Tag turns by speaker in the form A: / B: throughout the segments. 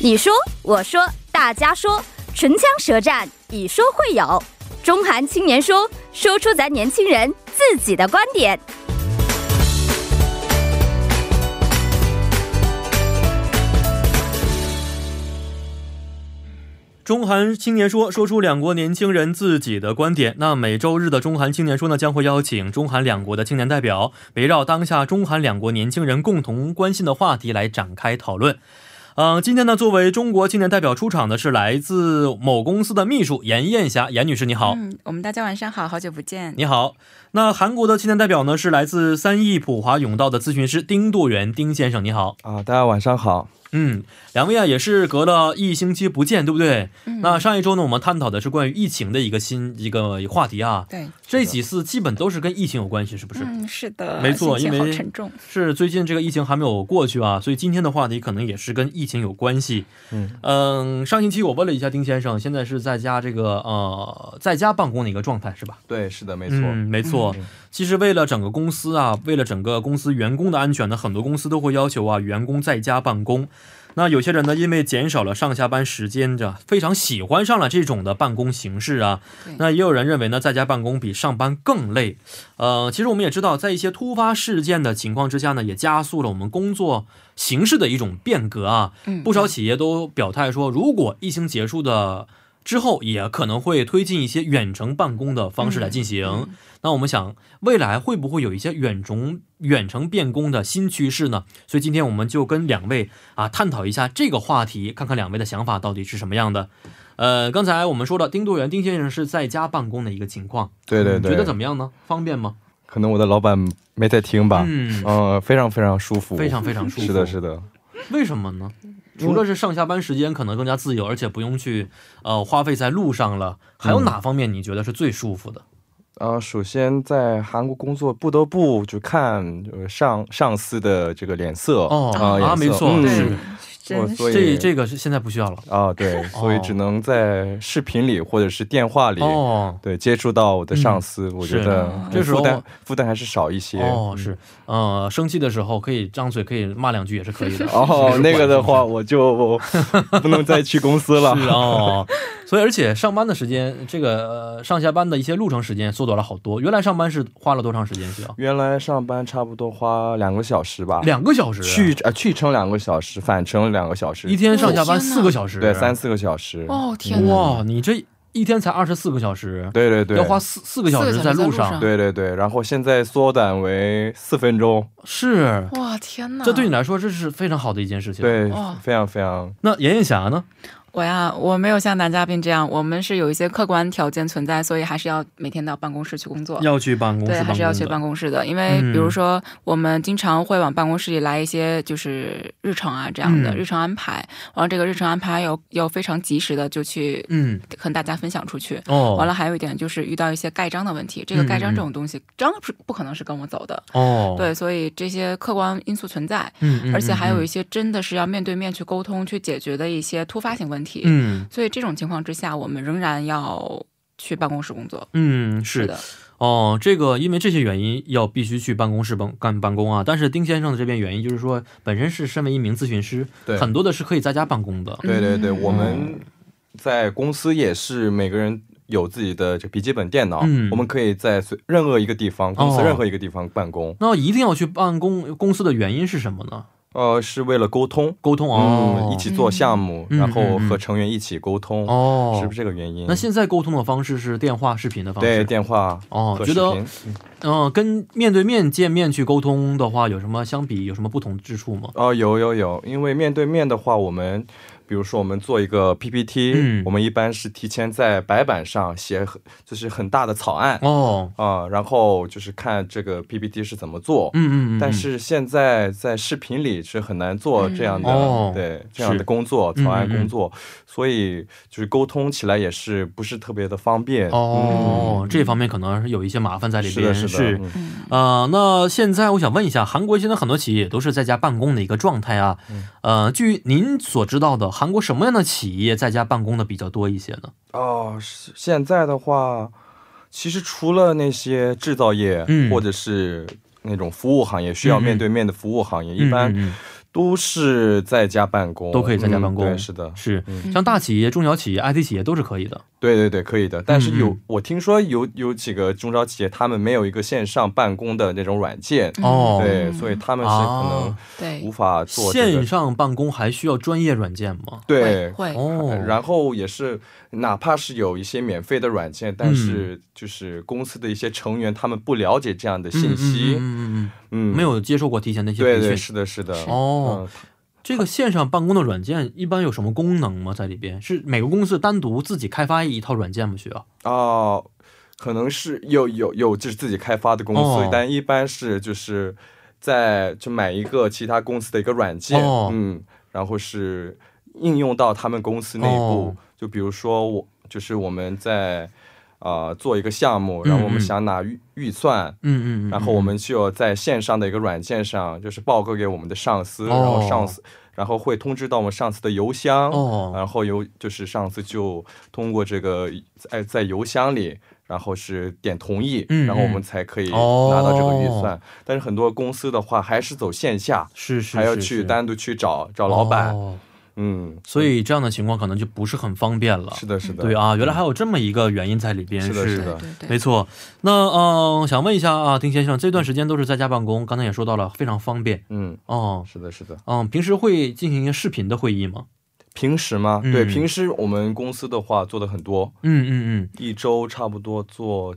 A: 你说，我说，大家说，唇枪舌战，以说会友。中韩青年说，说出咱年轻人自己的观点。
B: 中韩青年说说出两国年轻人自己的观点。那每周日的中韩青年说呢，将会邀请中韩两国的青年代表，围绕当下中韩两国年轻人共同关心的话题来展开讨论。嗯、今天呢，作为中国青年代表出场的是来自某公司的秘书严艳霞，严女士，你好。
C: 嗯，我们大家晚上好，好久不见。
B: 你好，那韩国的青年代表呢是来自三义普华永道的咨询师丁度元丁先生，你好。
D: 啊，大家晚上好。
B: 嗯，两位啊也是隔了一星期不见，对不对？那上一周呢，我们探讨的是关于疫情的一个新一个话题啊，
C: 对，
B: 这几次基本都是跟疫情有关系，是不是？
C: 嗯，是的，
B: 没错
C: 心情好
B: 因为
C: 沉重。
B: 是最近这个疫情还没有过去啊，所以今天的话题可能也是跟疫情有关系。
D: 嗯
B: 嗯，上星期我问了一下丁先生，现在是在家这个呃在家办公的一个状态是吧？
D: 对，是的，没错。
B: 嗯，没错。其实为了整个公司啊，为了整个公司员工的安全呢，很多公司都会要求啊员工在家办公。那有些人呢，因为减少了上下班时间，这非常喜欢上了这种的办公形式啊
C: 对。
B: 那也有人认为呢，在家办公比上班更累。呃，其实我们也知道，在一些突发事件的情况之下呢，也加速了我们工作形式的一种变革啊。
C: 嗯
B: 不少企业都表态说，如果疫情结束的之后，也可能会推进一些远程办公的方式来进行。那我们想，未来会不会有一些远程远程变工的新趋势呢？所以今天我们就跟两位啊探讨一下这个话题，看看两位的想法到底是什么样的。呃，刚才我们说了，丁度元丁先生是在家办公的一个情况，
D: 对对对。
B: 你觉得怎么样呢？方便吗？
D: 可能我的老板没在听吧。
B: 嗯
D: 呃非常非常舒服。
B: 非常非常舒服。
D: 是的，是的。
B: 为什么呢？除了是上下班时间可能更加自由，而且不用去呃花费在路上了，还
D: 嗯
B: 有哪方面你觉得是最舒服的？
D: 呃，首先在韩国工作不得不就看呃上上司的这个脸色。
B: 哦
D: 啊
B: 啊，
D: 颜色
B: 没错，
D: 嗯
B: 是哦
D: 我
C: 真是
D: 所
B: 这
D: 以
B: 这个是现在不需要了。
D: 啊，对，所以只能在视频里或者是电话里。
B: 哦
D: 对，接触到我的上司，我觉得
B: 是
D: 嗯
B: 这时候
D: 负担负担还是少一些。
B: 哦，是，呃，生气的时候可以张嘴，可以骂两句也是可以的。
D: 哦，那个的话，我就不能再去公 司了。
B: 是哦，所以而且上班的时间，这个、呃、上下班的一些路程时间缩短了好多。原来上班是花了多长时间需要？
D: 原来上班差不多花两个小时吧，
B: 两个小时啊，
D: 去啊、去程两个小时，返程两个小时，
B: 一天上下
C: 哦
B: 班
C: 天哪
B: 四个小时，
D: 对三四个小时。
C: 哦天哪，
B: 哇，你这一天才二十四个小时，
D: 对对对，
B: 要花四四个小时在路
C: 四个小时在路
B: 上
C: 上，
D: 对对对，然后现在缩短为四分钟，
B: 是，
C: 哇天哪！
B: 这对你来说这是非常好的一件事情。，
D: 对
C: 哇，嗯
D: 非常非常，
B: 那妍妍霞呢？
C: 我呀，我没有像男嘉宾这样，我们是有一些客观条件存在，所以还是要每天到办公室去工作。
B: 要去办公室
C: 对，
B: 办公
C: 还是要去
B: 的
C: 办公室的，因为
B: 嗯
C: 比如说，我们经常会往办公室里来一些就是日程啊这样的、
B: 嗯
C: 日程安排，然后这个日程安排要要非常及时的就去
B: 嗯，
C: 跟大家分享出去。
B: 哦，嗯
C: 完了，还有一点就是遇到一些盖章的问题，这个盖章这种东西，章是不可能是跟我走的，
B: 哦，
C: 对，所以这些客观因素存在，
B: 嗯，嗯，
C: 而且还有一
B: 些，
C: 些真的是要面对面去沟通、去解决的一些突发性问题，
B: 嗯
C: 所以这种情况之下，我们仍然要去办公室工作。
B: 嗯，是
C: 的，
B: 哦，这个因为这些原因要必须去办公室办干办公啊。但是丁先生的这边原因就是说，本身是身为一名咨询师，
D: 对
B: 很多的是可以在家办公的。
D: 对对对，
C: 嗯
D: 我们在公司也是每个人。有自己的这笔记本电脑，
B: 嗯
D: 我们可以在随任何一个地方，公司
B: 哦
D: 任何一个地方办公。
B: 那一定要去办公公司的原因是什么呢？
D: 呃，是为了沟通，
B: 沟通哦
D: 嗯，，一起做项目，
B: 嗯
D: 然后
B: 嗯嗯
D: 和
B: 嗯
D: 成员一起沟通，
B: 哦，
D: 是不是这个原因？
B: 那现在沟通的方式是电话、视频的方式。
D: 对电话
B: 哦，
D: 和
B: 觉
D: 视
B: 得
D: 频，
B: 嗯、跟面对面见面去沟通的话，有什么相比有什么不同之处吗？
D: 哦，有有有，因为面对面的话，我们比如说我们做一个 PPT，、
B: 嗯
D: 我们一般是提前在白板上写很就是很大的草案
B: 哦，
D: 啊、然后就是看这个 PPT 是怎么做。
B: 嗯嗯嗯，
D: 但是现在在视频里是很难做这样的、
B: 嗯哦
D: 对这样
B: 是
D: 的工作，草案
B: 嗯嗯嗯
D: 工作，所以就是沟通起来也是不是特别的方便。
B: 哦、这方面可能有一些麻烦在里
D: 嗯是
B: 边。
D: 的，是的，嗯
B: 呃，那现在我想问一下，韩国现在很多企业也都是在家办公的一个状态啊。
D: 嗯
B: 呃，据您所知道的，韩国什么样的企业在家办公的比较多一些呢？
D: 哦，是现在的话，其实除了那些制造业，
B: 嗯
D: 或者是那种服务行业需要
B: 嗯嗯
D: 面对面的服务行业，一般
B: 嗯嗯
D: 都是在家办公，
B: 都可以在家办公
D: 嗯对，是的，
B: 是
D: 嗯
B: 像大企业、中小企业、IT 企业都是可以的。
D: 对对对，可以的。但是有、
B: 嗯
D: 我听说有有几个中小企业，他们没有一个线上办公的那种软件，
B: 哦
D: 对，所以他们是可
B: 啊
C: 对
D: 能无法做、这个
B: 线上办公还需要专业软件吗？
D: 对。
C: 会会
B: 哦，
D: 哎然后也是，哪怕是有一些免费的软件，
B: 嗯
D: 但是就是公司的一些成员他们不了解这样的信息，
B: 嗯嗯嗯嗯
D: 嗯，
B: 嗯没有接受过提前的一些
D: 对
B: 培训
D: 对，。是的，是的，
B: 哦
D: 嗯，
B: 这个线上办公的软件一般有什么功能吗？在里边是每个公司单独自己开发一套软件吗？需要？
D: 哦，可能是有有有就是自己开发的公司，
B: 哦
D: 但一般是就是在就买一个其他公司的一个软件，
B: 哦
D: 嗯，然后是应用到他们公司内部。
B: 哦
D: 就比如说我就是我们在呃做一个项目，
B: 嗯
D: 然后我们
B: 嗯
D: 想拿预预算。
B: 嗯嗯嗯。
D: 然后我们就在线上的一个软件上，就是报告给我们的上司，然后
B: 哦
D: 上司，然后会通知到我们上司的邮箱，
B: 哦
D: 然后邮就是上次就通过这个在在邮箱里，然后是点同意，
B: 嗯
D: 然后我
B: 嗯
D: 们才可以
B: 哦
D: 拿到这个预算。但是很多公司的话还是走线下，
B: 是是
D: 还要
B: 是
D: 去
B: 是
D: 单独去找找老板。
B: 哦
D: 嗯，
B: 所以这样的情况可能就不是很方便了。
D: 是的，是的，嗯
B: 对啊，原来还有这么一个原因在里边，
D: 是的是的
C: 对对
B: 没
C: 对，
B: 错，那嗯、呃想问一下啊，丁先生，这段时间都是在家办公，刚才也说到了，非常方便。
D: 嗯，
B: 哦，
D: 是的，是的。
B: 嗯，平时会进行一些视频的会议吗？
D: 平时吗？对，
B: 嗯
D: 平时我们公司的话做的很多，
B: 嗯嗯
D: 一周差不多做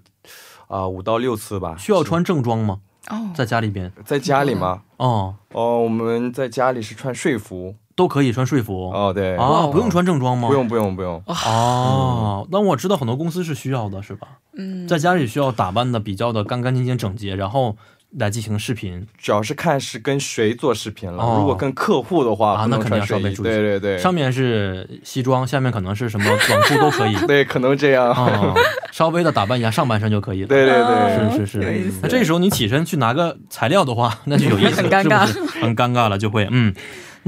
D: 啊五、到六次吧。
B: 嗯，需要穿正装吗？
C: 哦，
B: 在家里边？
D: 在家里吗？
B: 哦，
D: 哦，我们在家里是穿睡服。
B: 都可以穿睡服
D: 哦，对，
B: 啊，不用穿正装吗？
D: 不用，不用，不
C: 哦
D: 用。
B: 哦，那我知道很多公司是需要的，是吧？
C: 嗯，
B: 在家里需要打扮的比较的干干净净、整洁，然后来进行视频。
D: 主要是看是跟谁做视频了。
B: 哦
D: 如果跟客户的话，
B: 啊
D: 不
B: 那
D: 能
B: 肯定要
D: 穿
B: 稍微
D: 睡衣
B: 注意
D: 对对对，
B: 上面是西装，下面可能是什么短裤都 可以
D: 对可能这样。
B: 啊，稍微的打扮一下上半身就可以了。
D: 对对
C: 哦
D: 对，
B: 是是
C: 有意
B: 是
C: 思，
B: 那这时候你起身去拿个 材料的话，那就有意思了，
C: 很尴尬
B: 是不是很尴尬了，就会嗯。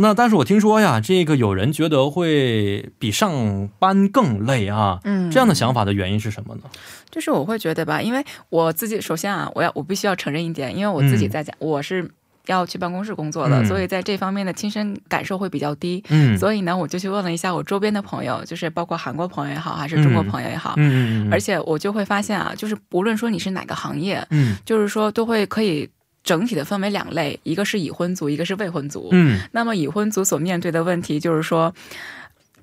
B: 那但是我听说呀，这个有人觉得会比上班更累啊，
C: 嗯
B: 这样的想法的原因是什么呢？
C: 就是我会觉得吧，因为我自己首先啊，我要我必须要承认一点，因为我自己在家，我是要去办公室工作的，
B: 嗯
C: 所以在这方面的亲身感受会比较低。
B: 嗯，
C: 所以呢，我就去问了一下我周边的朋友，就是包括韩国朋友也好，还是中国朋友也好，
B: 嗯嗯嗯，
C: 而
B: 且
C: 且我就会发现啊，就是无论说你是哪个行业，
B: 嗯
C: 就是说都会可以整体的分为两类，一个是已婚族，一个是未婚族。
B: 嗯
C: 那么已婚族所面对的问题就是说，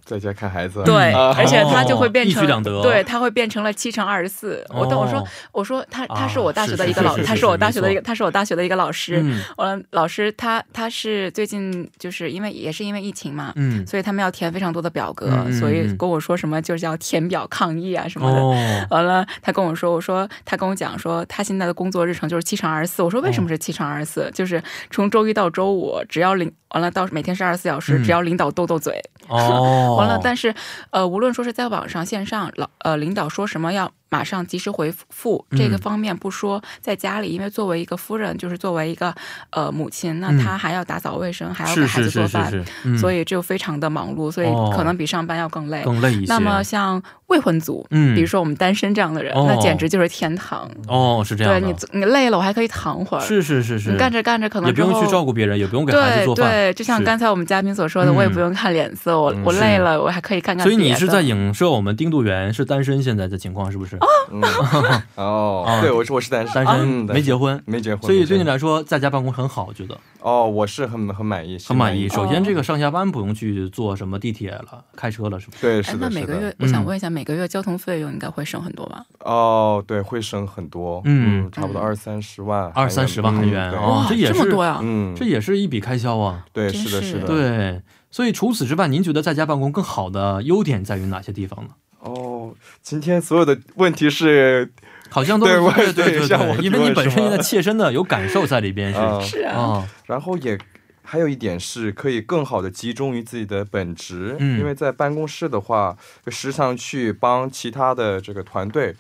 D: 在家看孩子。
C: 对，
D: 啊
C: 而且他就会变成
B: 一举两得
C: 对，他会变成了七乘二十四。我
B: 哦
C: 当我说我说他他是我大学的一个
B: 啊是
C: 老，
B: 是是是
C: 他是我大学的一
B: 没
C: 个他是我大学的一个老师。
B: 嗯
C: 我老师他他是最近就是因为也是因为疫情嘛，
B: 嗯
C: 所以他们要填非常多的表格，
B: 嗯嗯嗯
C: 所以跟我说什么就是要填表抗议啊什么的。
B: 哦，
C: 完了，他跟我说，我说他跟我讲说，他现在的工作日程就是七乘二十四。我说为什么是七乘二十
B: 哦
C: 四？就是从周一到周五，只要领完了到每天是二十四小时，
B: 嗯
C: 只要领导斗斗嘴。
B: 哦，
C: 完了，但是呃，无论说是在网上、线上，老呃领导说什么要马上及时回复，这个
B: 嗯
C: 方面不说，在家里，因为作为一个夫人，就是作为一个呃母亲，那
B: 嗯
C: 她还要打扫卫生，还要给
B: 是
C: 孩
B: 是
C: 子做
B: 是
C: 饭，
B: 是是，嗯
C: 所以就非常的忙碌，所以
B: 哦
C: 可能比上班要更累。
B: 更累一些。
C: 那么像未婚族，
B: 嗯
C: 比如说我们单身这样的人，
B: 哦
C: 那简直就是天堂。
B: 哦，是这
C: 对
B: 样
C: 你
B: 的，，
C: 你累了，我还可以躺会儿。
B: 是是是是，
C: 你干着干着，可能
B: 也不用
C: 之后
B: 去照顾别人，也不用给孩子
C: 对
B: 做饭，
C: 对，就像
B: 是
C: 刚才我们嘉宾所说的，
B: 嗯
C: 我也不用看脸色，我
D: 嗯
C: 我
D: 是
C: 累了，我还可以看看
B: 所以你
C: 别的
B: 是在影射我们丁度元是单身现在的情况是不是？
D: 嗯
B: 啊
D: 哦，对，我是我是单身，
B: 单身
D: 嗯
B: 没结婚，
D: 没结婚，
B: 所以对你
D: 没结婚
B: 来说在家办公很好，我觉得
D: 哦，我是很很满意，是
B: 很满意。
D: 的
B: 首
C: 哦
B: 先这个上下班不用去坐什么地铁了，开车了是不是？
D: 对，
C: 哎
D: 是，
C: 那
D: 的，
C: 每
D: 是
C: 个
D: 的
C: 月，，我
B: 嗯
C: 想问一下，每个月交通费用应该会省很多吧？
D: 哦，对，会省很多，
B: 嗯
D: 嗯，差不多二三十万韩元，
B: 二三十万韩元
D: 嗯对
B: 哦
C: 哇，
B: 这也是
C: 么多啊呀！
D: 嗯，
B: 这也是一笔开销啊。
D: 对，
C: 真
D: 是的，是
C: 是
D: 的，
B: 对，所以除此之外，您觉得在家办公更好的优点在于哪些地方呢？
D: 哦，今天所有的问题是
B: 好像都是
D: 对我
B: 对对
D: 对像我
B: 因为你
D: 提问
B: 本
D: 是
B: 身
D: 吗
B: 在切身的有感受在里边是
D: 啊
B: 啊、
C: 是啊，
B: 哦
D: 然后也还有一点是可以更好的集中于自己的本职，
B: 嗯
D: 因为在办公室的话，时常去帮其他的这个团队，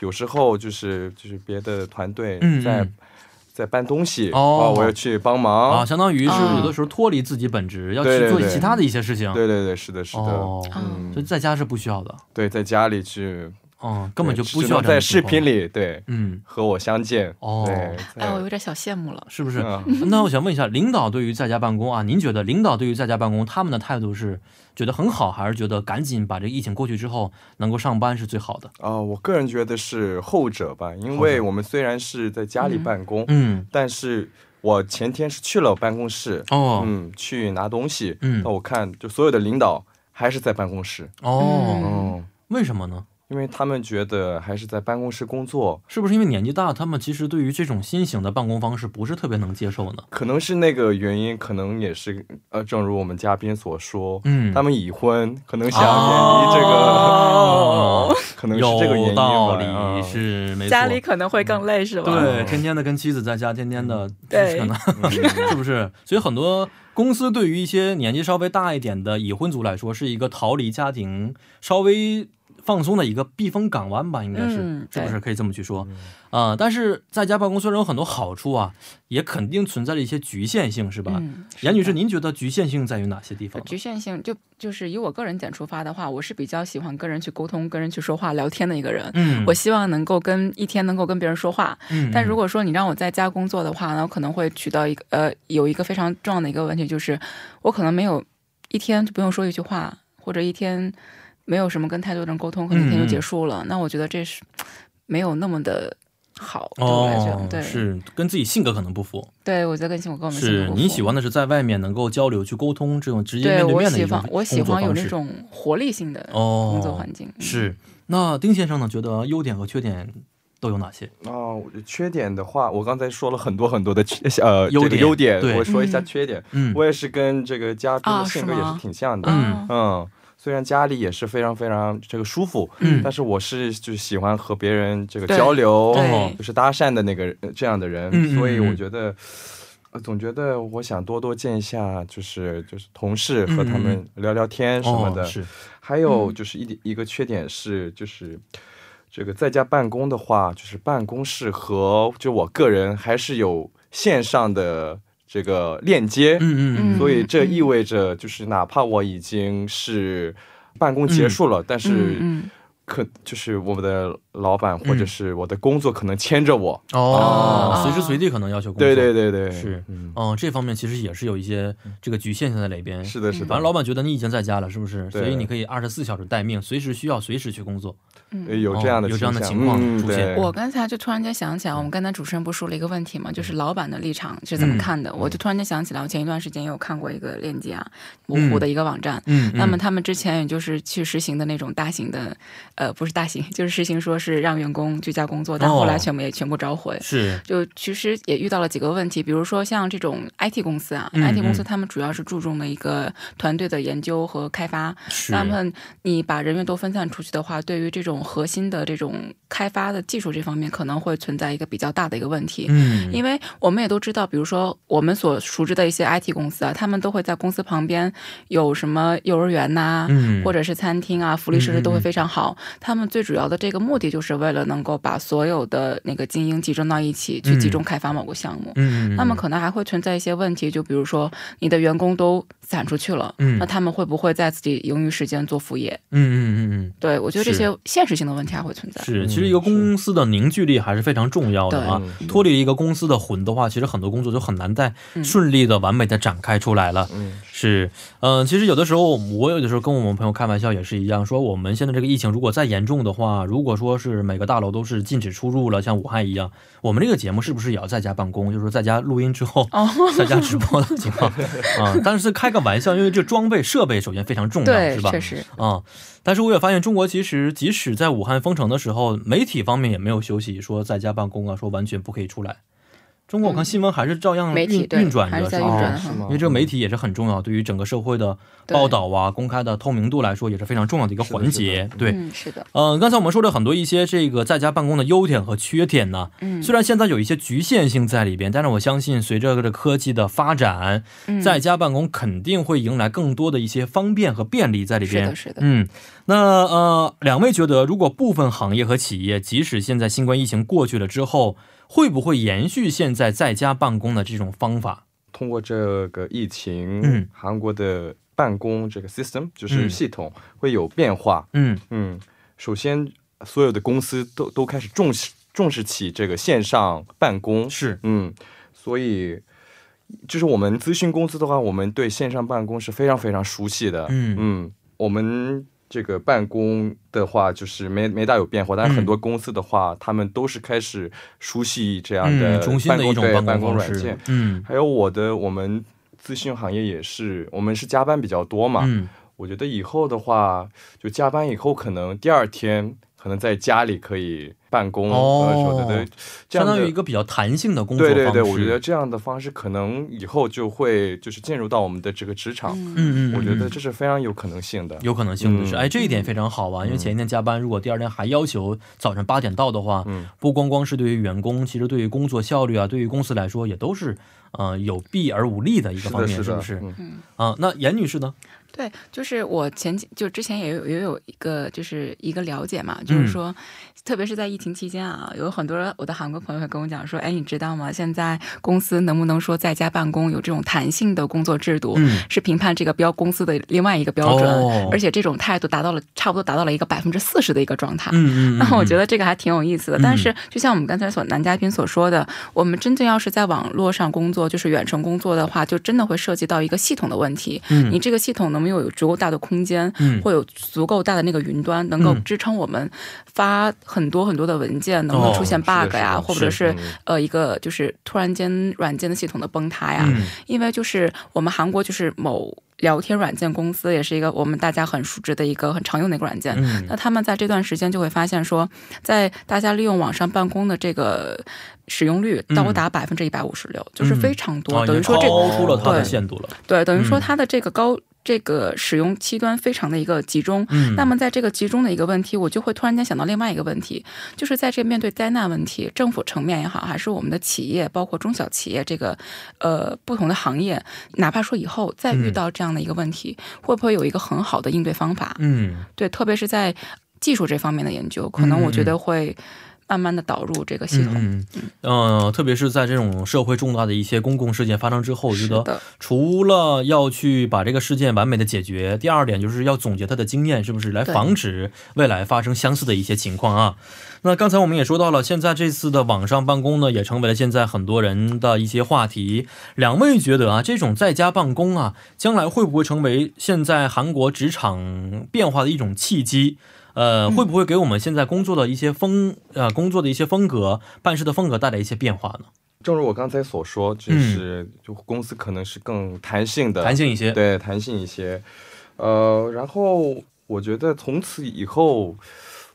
D: 有时候就是就是别的团队
B: 嗯
D: 在、
B: 嗯
D: 在搬东西，
B: 哦
D: 啊我要去帮忙。
B: 啊，相当于是
C: 啊
B: 有的时候脱离自己本职，要
D: 对
B: 去
D: 对
B: 做
D: 对
B: 其他的一些事情。
D: 对对对，是的，是的，
B: 哦，
C: 嗯
B: 所以
D: 嗯，
B: 在家是不需要的。
D: 对，在家里去
B: 嗯，根本就不需要
D: 只能
B: 这样
D: 在
B: 的情
D: 视
B: 况
D: 频，里对
B: 嗯，
D: 和我相见。
B: 哦
D: 对
C: 哎，我有
D: 在
C: 点小羡慕了。
B: 是不是？
D: 嗯
B: 那我想问一下，领导对于在家办公啊，您觉得领导对于在家办公他们的态度是觉得很好，还是觉得赶紧把这个疫情过去之后能够上班是最好的？
D: 啊、我个人觉得是后者吧，因
B: 后
D: 为
B: 者
D: 我们虽然是在家里
C: 嗯
D: 办公，
B: 嗯，
D: 但是我前天是去了办公室，
B: 哦，
D: 嗯，去拿东西，
B: 嗯
D: 那我看就所有的领导还是在办公室，
B: 哦，
C: 嗯
D: 嗯，
B: 为什么呢？
D: 因为他们觉得还是在办公室工作，
B: 是不是因为年纪大，他们其实对于这种新型的办公方式不是特别能接受呢？
D: 可能是那个原因，可能也是呃，正如我们嘉宾所说，
B: 嗯，
D: 他们已婚，可能想
B: 哦
D: 远离这个，
B: 哦
D: 可能是这个原
B: 有
D: 因吧。
B: 道
D: 啊
B: 理，是没错。嗯
C: 家里可能会更累，是吧？
B: 对，天天的跟妻子在家，天天的，
C: 嗯对
B: 可 能 是不是？所以很多公司对于一些年纪稍微大一点的已婚族来说，是一个逃离家庭、稍微放松的一个避风港湾吧，应该是，
C: 嗯
B: 是不
C: 对
B: 是可以这么去说？啊、但是在家办公虽然有很多好处啊，也肯定存在着一些局限性，是吧？
C: 嗯，
B: 严女士，
C: 的
B: 您觉得局限性在于哪些地方呢？
C: 局限性就就是以我个人点出发的话，我是比较喜欢跟人去沟通、跟人去说话、聊天的一个人。
B: 嗯，
C: 我希望能够跟一天能够跟别人说话，
B: 嗯，
C: 但如果说你让我在家工作的话，那我可能会取到一个呃，有一个非常重要的一个问题，就是我可能没有一天就不用说一句话，或者一天没有什么跟太多人沟通，可能一天就结束
B: 嗯
C: 了。那我觉得这是没有那么的好，对我来
B: 哦
C: 讲，，对，
B: 是跟自己性格可能不符，
C: 对我觉得更辛苦，跟我们辛
B: 是
C: 苦。
B: 你喜欢的是在外面能够交流、去沟通这种直接
C: 对
B: 面对
C: 我
B: 面的一
C: 喜
B: 种
C: 欢，我喜
B: 工作
C: 欢有
B: 方
C: 那
B: 式
C: 种活力性的
B: 哦，
C: 工作环境。嗯，
B: 是。那丁先生呢？觉得优点和缺点都有哪些？
D: 啊、我缺点的话，我刚才说了很多很多的缺 呃
B: 优
D: 这个优
B: 点对
D: 点，我说一下
C: 嗯
D: 缺点。
B: 嗯，
D: 我也是跟这个嘉宾
C: 啊
D: 的性格
C: 是
D: 也
C: 吗
D: 是挺像的，
B: 嗯
C: 哦，
D: 嗯，虽然家里也是非常非常这个舒服，
B: 嗯
D: 但是我是就是喜欢和别人这个
C: 对哦
D: 交流，
B: 对
D: 就是搭讪的那个呃这样的人，
B: 嗯嗯
D: 所以
B: 嗯
D: 我觉得。呃总觉得我想多多见一下，就是就是同事和他
B: 嗯
D: 们聊聊天什么的。
B: 哦、是
D: 还
B: 嗯
D: 有就是一点一个缺点是，就是这个在家办公的话，就是办公室和就我个人还是有线上的这个链接，
B: 嗯嗯嗯
D: 所以这意味着，就是哪怕我已经是办公
B: 嗯
D: 结束了，但是
C: 嗯
D: 可就是我们的老板或
B: 嗯
D: 者是我的工作可能牵着我。
B: 哦
C: 哦，
B: 随时随地可能要求工作，
D: 对对对对，
B: 是
D: 嗯，
B: 嗯，这方面其实也是有一些这个局限性在里边。
D: 是的，是
B: 反正
D: 的，
B: 老板觉得你已经在家了，是不是？
D: 对
B: 所以你可以二十四小时待命，随时需要随时去工作。
C: 嗯嗯
D: 呃有这样的
B: 哦有这样的
D: 倾
B: 情况
D: 向嗯
B: 出现
D: 对
C: 我刚才就突然间想起来，我
B: 嗯
C: 们刚才主持人不说了一个问题嘛，就是老板的立场是怎么看的？
B: 嗯
C: 我就突然间想起来，我前一段时间也有看过一个链接啊，芜湖的一个网站。
B: 嗯，
C: 那么他们之前也就是去实行的那种大型的，呃，不是大型， 就是实行说是让员工居家工作，但
B: 哦
C: 后来全部也全部召回。
B: 是
C: 就其实也遇到了几个问题，比如说像这种 IT 公司啊、
B: 嗯
C: i t 公司
B: 嗯
C: 他们主要是注重的一个团队的研究和开发，
B: 是，
C: 那么你把人员都分散出去的话，对于这种核心的这种开发的技术这方面，可能会存在一个比较大的一个问题。
B: 嗯，
C: 因为我们也都知道，比如说我们所熟知的一些 IT 公司啊，他们都会在公司旁边有什么幼儿园呐、
B: 嗯
C: 或者是餐厅啊，福利设施都会非常好。他们最主要的这个目的就是为了能够把所有的那个精英集中到一起，
B: 嗯
C: 去集中开发某个项目。
B: 嗯，嗯
C: 那么可能还会存在一些问题，就比如说你的员工都散出去了，
B: 嗯
C: 那他们会不会在自己盈余时间做副业？
B: 嗯嗯嗯嗯。
C: 对我觉得这
B: 是
C: 些现实性的问题还会存在。
B: 是，其实一个公司的凝聚力还是非常重要的啊。脱离一个公司的魂的话，其实很多工作就很难再
C: 嗯
B: 顺利的、完美的展开出来了。
D: 嗯，
B: 是，嗯、其实有的时候，我有的时候跟我们朋友开玩笑也是一样，说我们现在这个疫情如果再严重的话，如果说是每个大楼都是禁止出入了，像武汉一样，我们这个节目是不是也要在家办公？就是说在家录音之后，
C: 哦，
B: 在家直播的情 况啊、但是开个玩笑，因为这装备设备首先非常重要，
C: 对
B: 是，吧？
C: 确实，
B: 啊、但是我也发现，中国其实即使在武汉封城的时候，媒体方面也没有休息，说在家办公啊，说完全不可以出来。中国我看新闻还是照样
C: 嗯媒体
B: 运
C: 对
B: 运转
C: 还
B: 着，
C: 是在
B: 吧
C: 运转
D: 哦是吗
B: 因为这个媒体也是很重要，对于整个社会的
C: 对
B: 报道啊、公开的透明度来说，也是非常重要的一个环节。对，
C: 嗯，是的，
B: 嗯、刚才我们说了很多一些这个在家办公的优点和缺点呢、
C: 嗯，
B: 虽然现在有一些局限性在里边，但是我相信随着这个科技的发展，
C: 嗯
B: 在家办公肯定会迎来更多的一些方便和便利在里
C: 是
B: 边。
C: 的，是的，
B: 嗯，那呃，两位觉得，如果部分行业和企业，即使现在新冠疫情过去了之后，会不会延续现在在家办公的这种方法？
D: 通过这个疫情，
B: 嗯
D: 韩国的办公这个 system 就
B: 嗯
D: 是系统会有变化。
B: 嗯
D: 嗯，首先所有的公司都都开始重视重视起这个线上办公，
B: 是
D: 嗯，所以就是我们咨询公司的话，我们对线上办公是非常非常熟悉的，
B: 嗯
D: 嗯，我们这个办公的话，就是没没大有变化，
B: 嗯
D: 但是很多公司的话，他们都是开始熟悉这样的
B: 嗯，中心的一种
D: 办公对
B: 办
D: 办
B: 公方
D: 软
B: 式
D: 件。，
B: 嗯
D: 还有我的，我们咨询行业也是，我们是加班比较多嘛。
B: 嗯
D: 我觉得以后的话，就加班以后，可能第二天可能在家里可以办公，
B: 哦
D: 呃什么的，对，这
B: 相
D: 样
B: 当于
D: 的
B: 一。个比较弹性的工作
D: 对
B: 方式。
D: 对对，我觉得这样的方式可能以后就会就是进入到我们的这个职场，
B: 嗯，嗯嗯，
D: 我觉得
B: 嗯
D: 这是非常有可能性的。
B: 有可能性的是，
D: 嗯
B: 哎，这一点非常好啊，因为前一天加班，如果第二天还要求早晨八点到的话，
D: 嗯
B: 不光光是对于员工，其实对于工作效率啊，对于公司来说也都是呃有弊而无利的一个
D: 是
B: 方
D: 的，
B: 面，
D: 是
B: 是
D: 的，
B: 不是？
D: 嗯
B: 啊，那严女士呢？
C: 对，就是我前几就之前也有也有一个就是一个了解嘛，就
B: 嗯
C: 是说，特别是在疫情期间啊，有很多我的韩国朋友会跟我讲说，哎，你知道吗？现在公司能不能说在家办公有这种弹性的工作制度，
B: 嗯，
C: 是评判这个标公司的另外一个标准，
B: 哦
C: 而且这种态度达到了差不多达到了一个百分之四十的一个状态。
B: 嗯嗯，
C: 那我觉
B: 得
C: 得这个还挺有意思的，
B: 嗯
C: 但是就像我们刚才所男嘉宾所说的，我们真正要是在网络上工作，就是远程工作的话，就真的会涉及到一个系统的问题。
B: 嗯
C: 你这个系统能不能有足够大的空间，
B: 嗯
C: 会有足够大的那个云端，能够
B: 嗯
C: 支撑我们发很多很多的文件，能不能出现
D: 是的
C: bug 呀、
D: 是的
C: 或者是
D: 是嗯
C: 呃一个就是突然间软件的系统的崩塌呀、
B: 嗯
C: 因为就是我们韩国就是某聊天软件公司，也是一个我们大家很熟知的一个很常用的一个软件。
B: 嗯
C: 那他们在这段时间就会发现说，在大家利用网上办公的这个使用率高达百分之一百五十六，就是非常多。
B: 哦
C: 等于说
B: 已
C: 这
B: 经
C: 个
B: 超出了它的
C: 对
B: 限度了。
C: 对，等于说
B: 嗯
C: 它的这个高、这个使用期端非常的一个集中。
B: 嗯，
C: 那么在这个集中的一个问题，我就会突然间想到另外一个问题，就是在这面对灾难问题，政府层面也好，还是我们的企业，包括中小企业这个呃不同的行业，哪怕说以后再遇
B: 嗯
C: 到这样的一个问题，会不会有一个很好的应对方法？
B: 嗯
C: 对，特别是在技术这方面的研究，可能我觉得会慢慢的导入这个系统。
B: 嗯嗯嗯，呃，特别是在这种社会重大的一些公共事件发生之后，我觉
C: 是
B: 得
C: 的，
B: 除了要去把这个事件完美的解决，第二点就是要总结他的经验，是不是来
C: 对
B: 防止未来发生相似的一些情况啊？那刚才我们也说到了，现在这次的网上办公呢，也成为了现在很多人的一些话题。两位觉得啊，这种在家办公啊，将来会不会成为现在韩国职场变化的一种契机？呃，会不会给我们现在工作的一些风呃工作的一些风格、办事的风格带来一些变化呢？
D: 正如我刚才所说，就是就公司可能是更弹性的，
B: 嗯弹性一些，
D: 对弹性一些。呃，然后我觉得从此以后，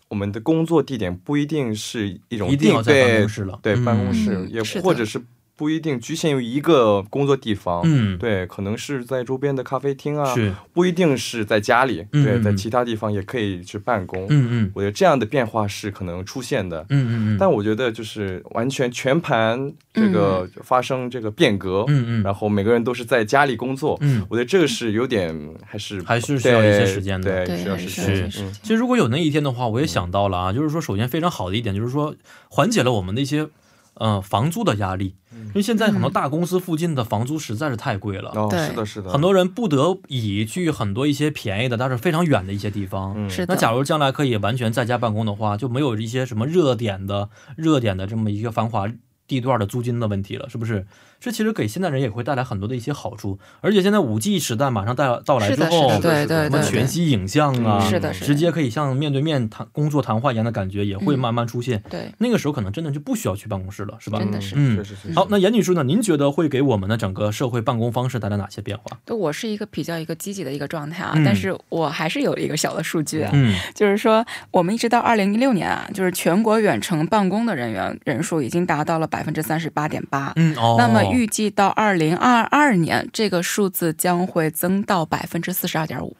D: 我们的工作地点不一定是一种
B: 一定要在办公
D: 对
B: 室了，
D: 对
B: 嗯
D: 办公室，
C: 嗯
D: 也
C: 是的
D: 或者是不一定局限于一个工作地方。
B: 嗯，
D: 对，可能是在周边的咖啡厅啊，
B: 是，
D: 不一定是在家里，
B: 嗯
D: 对，在
B: 嗯
D: 其他地方也可以去办公。
B: 嗯嗯
D: 我觉得这样的变化是可能出现的。
B: 嗯嗯嗯，
D: 但我觉得就是完全全盘这
C: 嗯
D: 个发生这个变革，
B: 嗯嗯
D: 然后每个人都是在家里工作，
B: 嗯，
D: 我觉得这个是有点还是
B: 还是需要一些时间的
D: 对，
C: 对
D: 需要
C: 还是
D: 时
C: 需要一
D: 间
C: 些，时
D: 嗯
B: 其实如果有那一天的话，我也想到了啊，就是说，首先非常好的一点就是说，缓解了我们的一些呃房租的压力，因为现在很多大公司附近的房租实在是太贵了。
D: 哦，
C: 对
D: 是的，是的，
B: 很多人不得已去很多一些便宜的，但是非常远的一些地方。
D: 嗯
C: 是的。
B: 那假如将来可以完全在家办公的话，就没有一些什么热点的、热点的这么一个繁华地段的租金的问题了，是不是？这其实给现代人也会带来很多的一些好处，而且现在五 G 时代马上到到来
C: 是
B: 之
C: 的，是
B: 后，
C: 的，
D: 是的
C: 对
D: 是的
C: 对
B: 什
C: 对
B: 么
C: 对，
B: 全息影像啊，
D: 嗯
C: 是的，是的，
B: 直接可以像面对面谈工作谈话一样的感觉，也会
C: 嗯
B: 慢慢出现。
C: 对。
B: 那个时候可能真的就不需要去办公室了，是吧？
C: 真的是
B: 嗯
D: 确实是。
B: 好，那严女士呢？您觉得会给我们的整个社会办公方式带来哪些变化？
C: 对我是一个比较一个积极的一个状态啊，
B: 嗯
C: 但是我还是有一个小的数据啊，
B: 嗯
C: 就是说我们一直到二零一六年啊，就是全国远程办公的人员人数已经达到了百分之三十八点八，
B: 嗯哦，
C: 那么预计到二零二二年，这个数字将会增到百分之四十二点五。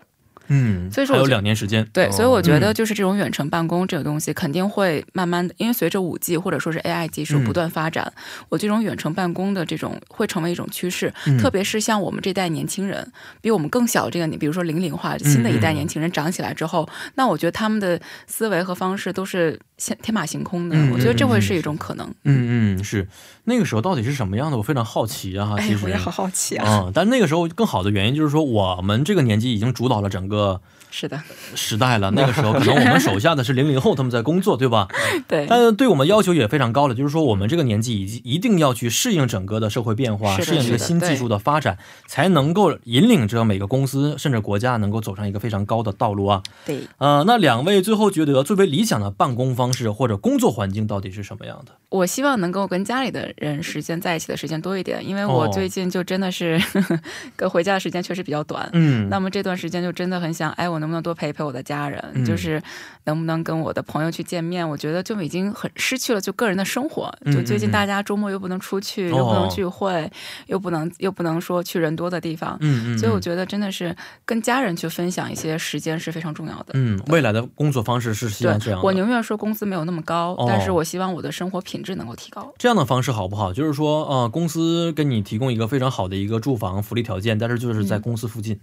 B: 嗯，
C: 所以说
B: 还
C: 我
B: 有
C: 觉
B: 两年时间，
C: 对，所以我觉
B: 嗯
C: 得就是这种远程办公这个东西，肯定会慢慢的，因为随着五 G 或者说是 AI 技术
B: 嗯
C: 不断发展，我这种远程办公的这种会成为一种趋势。
B: 嗯
C: 特别是像我们这代年轻人，比我们更小这个，你比如说零零化新的一代
B: 嗯嗯
C: 年轻人长起来之后，那我觉得他们的思维和方式都是天天马行空的
B: 嗯。
C: 我觉得这
B: 嗯
C: 会
B: 嗯
C: 是一种可能。
B: 嗯嗯，是那个时候到底是什么样的？我非常好奇啊，
C: 哎
B: 其
C: 呀，
B: 实
C: 我也好好奇啊。
B: 嗯，但那个时候更好的原因就是说，我们这个年纪已经主导了整个
C: 是的，
B: 时代了。那个时候，可能我们手下的是零零后，他们在工作，对吧？
C: 对，
B: 但是对我们要求也非常高了，就是说我们这个年纪已经一定要去适应整个的社会变化，
C: 是的
B: 适应这个
C: 是的
B: 新技术的发展，才能够引领着每个公司甚至国家能够走上一个非常高的道路啊。
C: 对。
B: 呃，那两位最后觉得最为理想的办公方式或者工作环境到底是什么样的？
C: 我希望能够跟家里的人时间在一起的时间多一点，因为我
B: 哦
C: 最近就真的是， 跟回家的时间确实比较短。
B: 嗯，
C: 那么这段时间就真的很想，哎，我能不能多陪陪我的家人？
B: 嗯
C: 就是能不能跟我的朋友去见面？我觉得就已经很失去了就个人的生活。
B: 嗯
C: 就
B: 嗯
C: 最
B: 嗯
C: 近大家周末又不能出去，
B: 哦
C: 又不能聚会，又不能又不能说去人多的地方。
B: 嗯嗯，
C: 所以我
B: 得。
C: 觉得真的是跟家人去分享一些时间是非常重要的。
B: 嗯，未来的工作方式是希望这
C: 对
B: 样，
C: 我
B: 的。
C: 宁愿说工资没有那么高，
B: 哦
C: 但是我希望我的生活品质能够提高。
B: 这样的方式好不好？就是说，呃，公司给你提供一个非常好的一个住房福利条件，但是就是在
C: 嗯
B: 公司附近，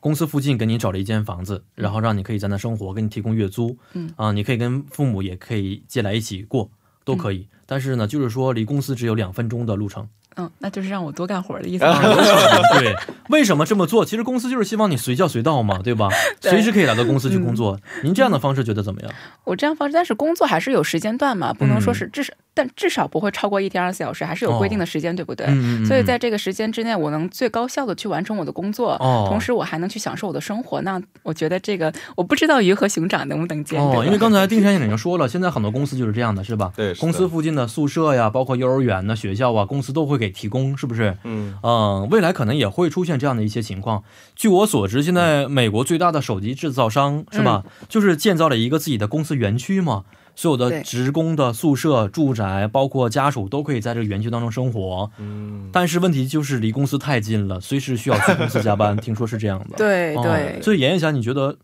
B: 公司附近给你找了一间房子，然后让你可以在那生活，给你提供月租，
C: 嗯
B: 啊、你可以跟父母也可以借来一起过，都可以。但是呢，就是说离公司只有两分钟的路 程。
C: 嗯，那就是让我多干活儿 的意思。
D: 嗯
B: 对，为什么这么做？其实公司就是希望你随叫随到嘛，对吧？
C: 对嗯
B: 随时可以来到公司去工作。您这样的方式觉得怎么样？
C: 我这样方式，但是工作还是有时间段嘛，不能说
B: 嗯
C: 是至少，但至少不会超过一天二十四小时，还是有规定的时间，对不对？
B: 哦嗯，嗯
C: 所以在
B: 嗯
C: 这个时间之内，我能最高效的去完成我的工作，
B: 哦
C: 同时我还能去享受我的生活。那我觉得这个，我不知道鱼和熊掌能不能兼得。
B: 哦，因为刚才丁山也已经说了，现在很多公司就是这样的，是吧？
D: 对是的
B: 公司附近的宿舍呀，包括幼儿园呐、学校啊，公司都会给提供，是不是？
D: 嗯，
B: 嗯，未来可能也会出现这样的一些情况。据我所知，现在美国最大的手机制造商是吧，就是建造了一个自己的公司园区嘛，所有的
C: 对
B: 职工的宿舍、住宅，包括家属都可以在这个园区当中生活。
D: 嗯，
B: 但是问题就是离公司太近了，随时需要去公司加 班，听说是这样的。
C: 对
B: 哦
C: 对，
B: 所以严一霞，你觉得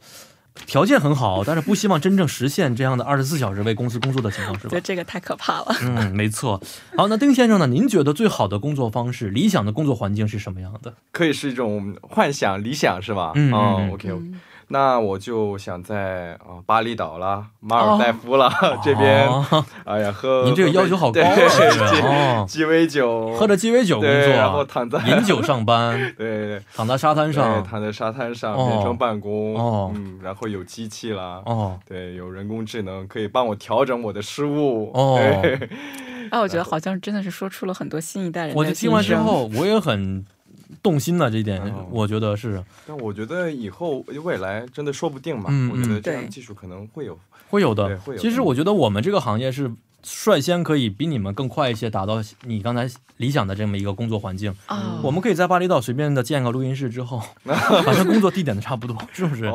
B: 条件很好，但是不希望真正实现这样的二十四小时为公司工作的情况是
C: 我
B: 吧
C: 觉得？这个太可怕了。
B: 嗯，没错。好，那丁先生呢？您觉得最好的工作方式、理想的工作环境是什么样的？
D: 可以是一种幻想、理想是吧？
B: 嗯嗯
D: 哦
B: 嗯
D: o k 那我就想在啊、巴厘岛啦、马尔代夫啦、这 边，
B: 哦、
D: 哎呀，喝
B: 您这个要求好高啊！
D: 对
B: 这个哦，
D: 鸡尾酒，
B: 喝着鸡尾酒工
D: 对，然
B: 作，
D: 后躺在
B: 饮酒上班，
D: 对对对
B: 躺在沙滩
D: 对，
B: 上。
D: 躺在沙滩上，
B: 哦
D: 远程办公，
B: 哦
D: 嗯，然后有机器啦，
B: 哦
D: 对，有人工智能可以帮我调整我的失误，
B: 哦，
C: 啊，我觉得好像真的是说出了很多新一代人
B: 我就
C: 的
B: 听
C: 心
B: 完之
C: 声。
B: 后，我也很动心了。这一点
D: 哦，
B: 我觉得是
D: 但我觉得以后未来真的说不定嘛，
B: 嗯
D: 我觉
B: 嗯
D: 得这样
C: 对
D: 技术可能会有，
B: 会有的
D: 对会有的
B: 其实我觉得我们这个行业是率先可以比你们更快一些达到你刚才理想的这么一个工作环境。
C: 啊，
B: 我们可以在巴厘岛随便的建个录音室之后，反正工作地点都差不多，是不是？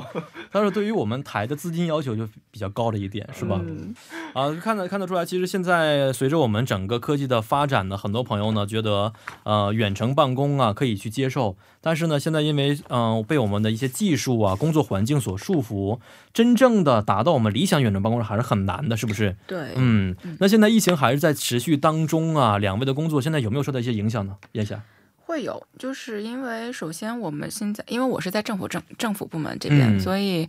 B: 但是对于我们台的资金要求就比较高了一点，是吧？
C: 嗯
B: 啊，看得看得出来，其实现在随着我们整个科技的发展呢，很多朋友呢觉得，呃，远程办公啊可以去接受，但是呢，现在因为嗯、呃被我们的一些技术啊、工作环境所束缚，真正的达到我们理想远程办公还是很难的，是不是？
C: 对，
B: 嗯，那现在疫情还是在持续当中啊，两位的工作现在有没有受到一些影响呢？叶霞，
C: 会有，就是因为首先我们现在，因为我是在政府政政府部门这边，
B: 嗯
C: 所以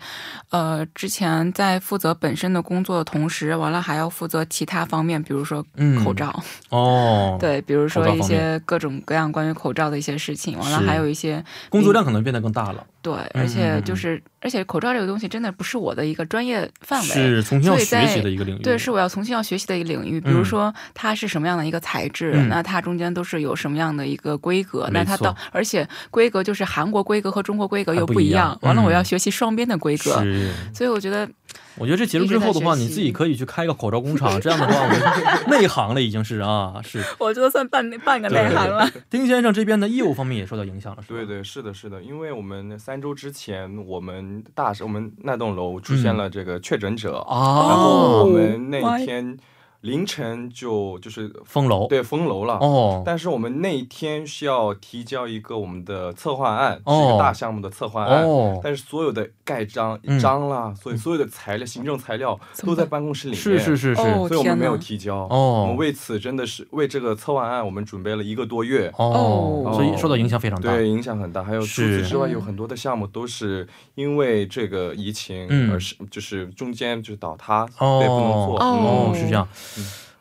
C: 呃，之前在负责本身的工作的同时，完了还要负责其他方面，比如说
B: 嗯
C: 口罩，
B: 哦，，
C: 对，比如
B: 口
C: 说
B: 罩
C: 一
B: 方
C: 些各种各样关于口罩的一些事情，完了
B: 是
C: 还有一些
B: 工作量可能变得更大了，
C: 对，
B: 嗯
C: 而且
B: 嗯
C: 就
B: 嗯
C: 是、而且口罩这个东西真的不是我的一个专业范围。
B: 是重新要
C: 所以在
B: 学习的一个领域，
C: 对，是我要重新要学习的一个领域，比如
B: 嗯
C: 说它是什么样的一个材质，
B: 嗯
C: 那它中间都是有什么样的一个规格，那
B: 没
C: 它
B: 错
C: 到而且规格就是韩国规格和中国规格
B: 还
C: 又
B: 不
C: 不
B: 一
C: 一
B: 样
C: 样，完了我
B: 嗯
C: 要学习双边的规格，
B: 是。
C: 所以我觉得
B: 我觉得这结束之后的话，
C: 一直在学习
B: 你自己可以去开个口罩工厂，这样的话，我 们内行了已经是啊，是。
C: 我觉得算半半个
B: 对
C: 内行了，
B: 丁先生这边的业务方面也受到影响了，是吧？
D: 对。对，是的，是的，因为我们三周之前，我们大我们那栋楼出现了这个确诊者，然后
B: 嗯哦，
D: 我们那
C: why？
D: 一天凌晨就就是
B: 封楼，
D: 对封楼了。
B: 哦，
D: 但是我们那一天是要提交一个我们的策划案，
B: 哦
D: 是一个大项目的策划案。
B: 哦，
D: 但是所有的盖章、
B: 嗯
D: 章啦，所以所有的材料、行政材料
C: 怎么
D: 都在
C: 办
D: 办公室里面。
B: 是是是是，
C: 哦
D: 所以我们没
C: 天
D: 有
C: 哪
D: 提交。
B: 哦
D: 我们为此真的是为这个策划案，我们准备了一个多月。
B: 哦
C: 哦，
B: 所以受到影响非常大。
D: 对，影响很大。还有除
B: 是
D: 此之外，
C: 嗯
D: 有很多的项目都是因为这个疫情
B: 嗯
D: 而是，就是中间就是倒塌，
B: 哦
D: 对，不能嗯做。
B: 哦
C: 哦，
B: 是这样。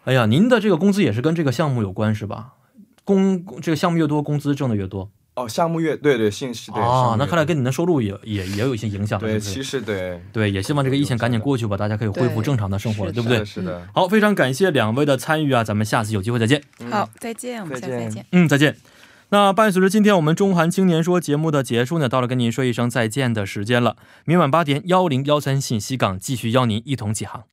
B: 哎呀，您的这个工资也是跟这个项目有关是吧？工这个项目越多，工资挣的越多
D: 哦，项目月，对对，信息对。项
B: 啊
D: 目。
B: 那
D: 月
B: 看来跟你的收入也也也有一些影响，是
D: 对，
B: 不
D: 其
B: 是？
D: 实对，
B: 对，也希望这个疫情赶紧过去吧，大家可以恢复
C: 对
B: 正常的生活，
C: 是
B: 对不
D: 是
B: 对
D: 的，？是的。
B: 好，非常感谢两位的参与啊，咱们下次有机会再见。
D: 嗯
C: 好，再见，我们下次
D: 再
C: 再
D: 见
C: 见。
B: 嗯，再见。那伴随着今天我们中韩青年说节目的结束呢，到了跟您说一声再见的时间了。明晚八点幺零幺三信息港继续邀您一同起航。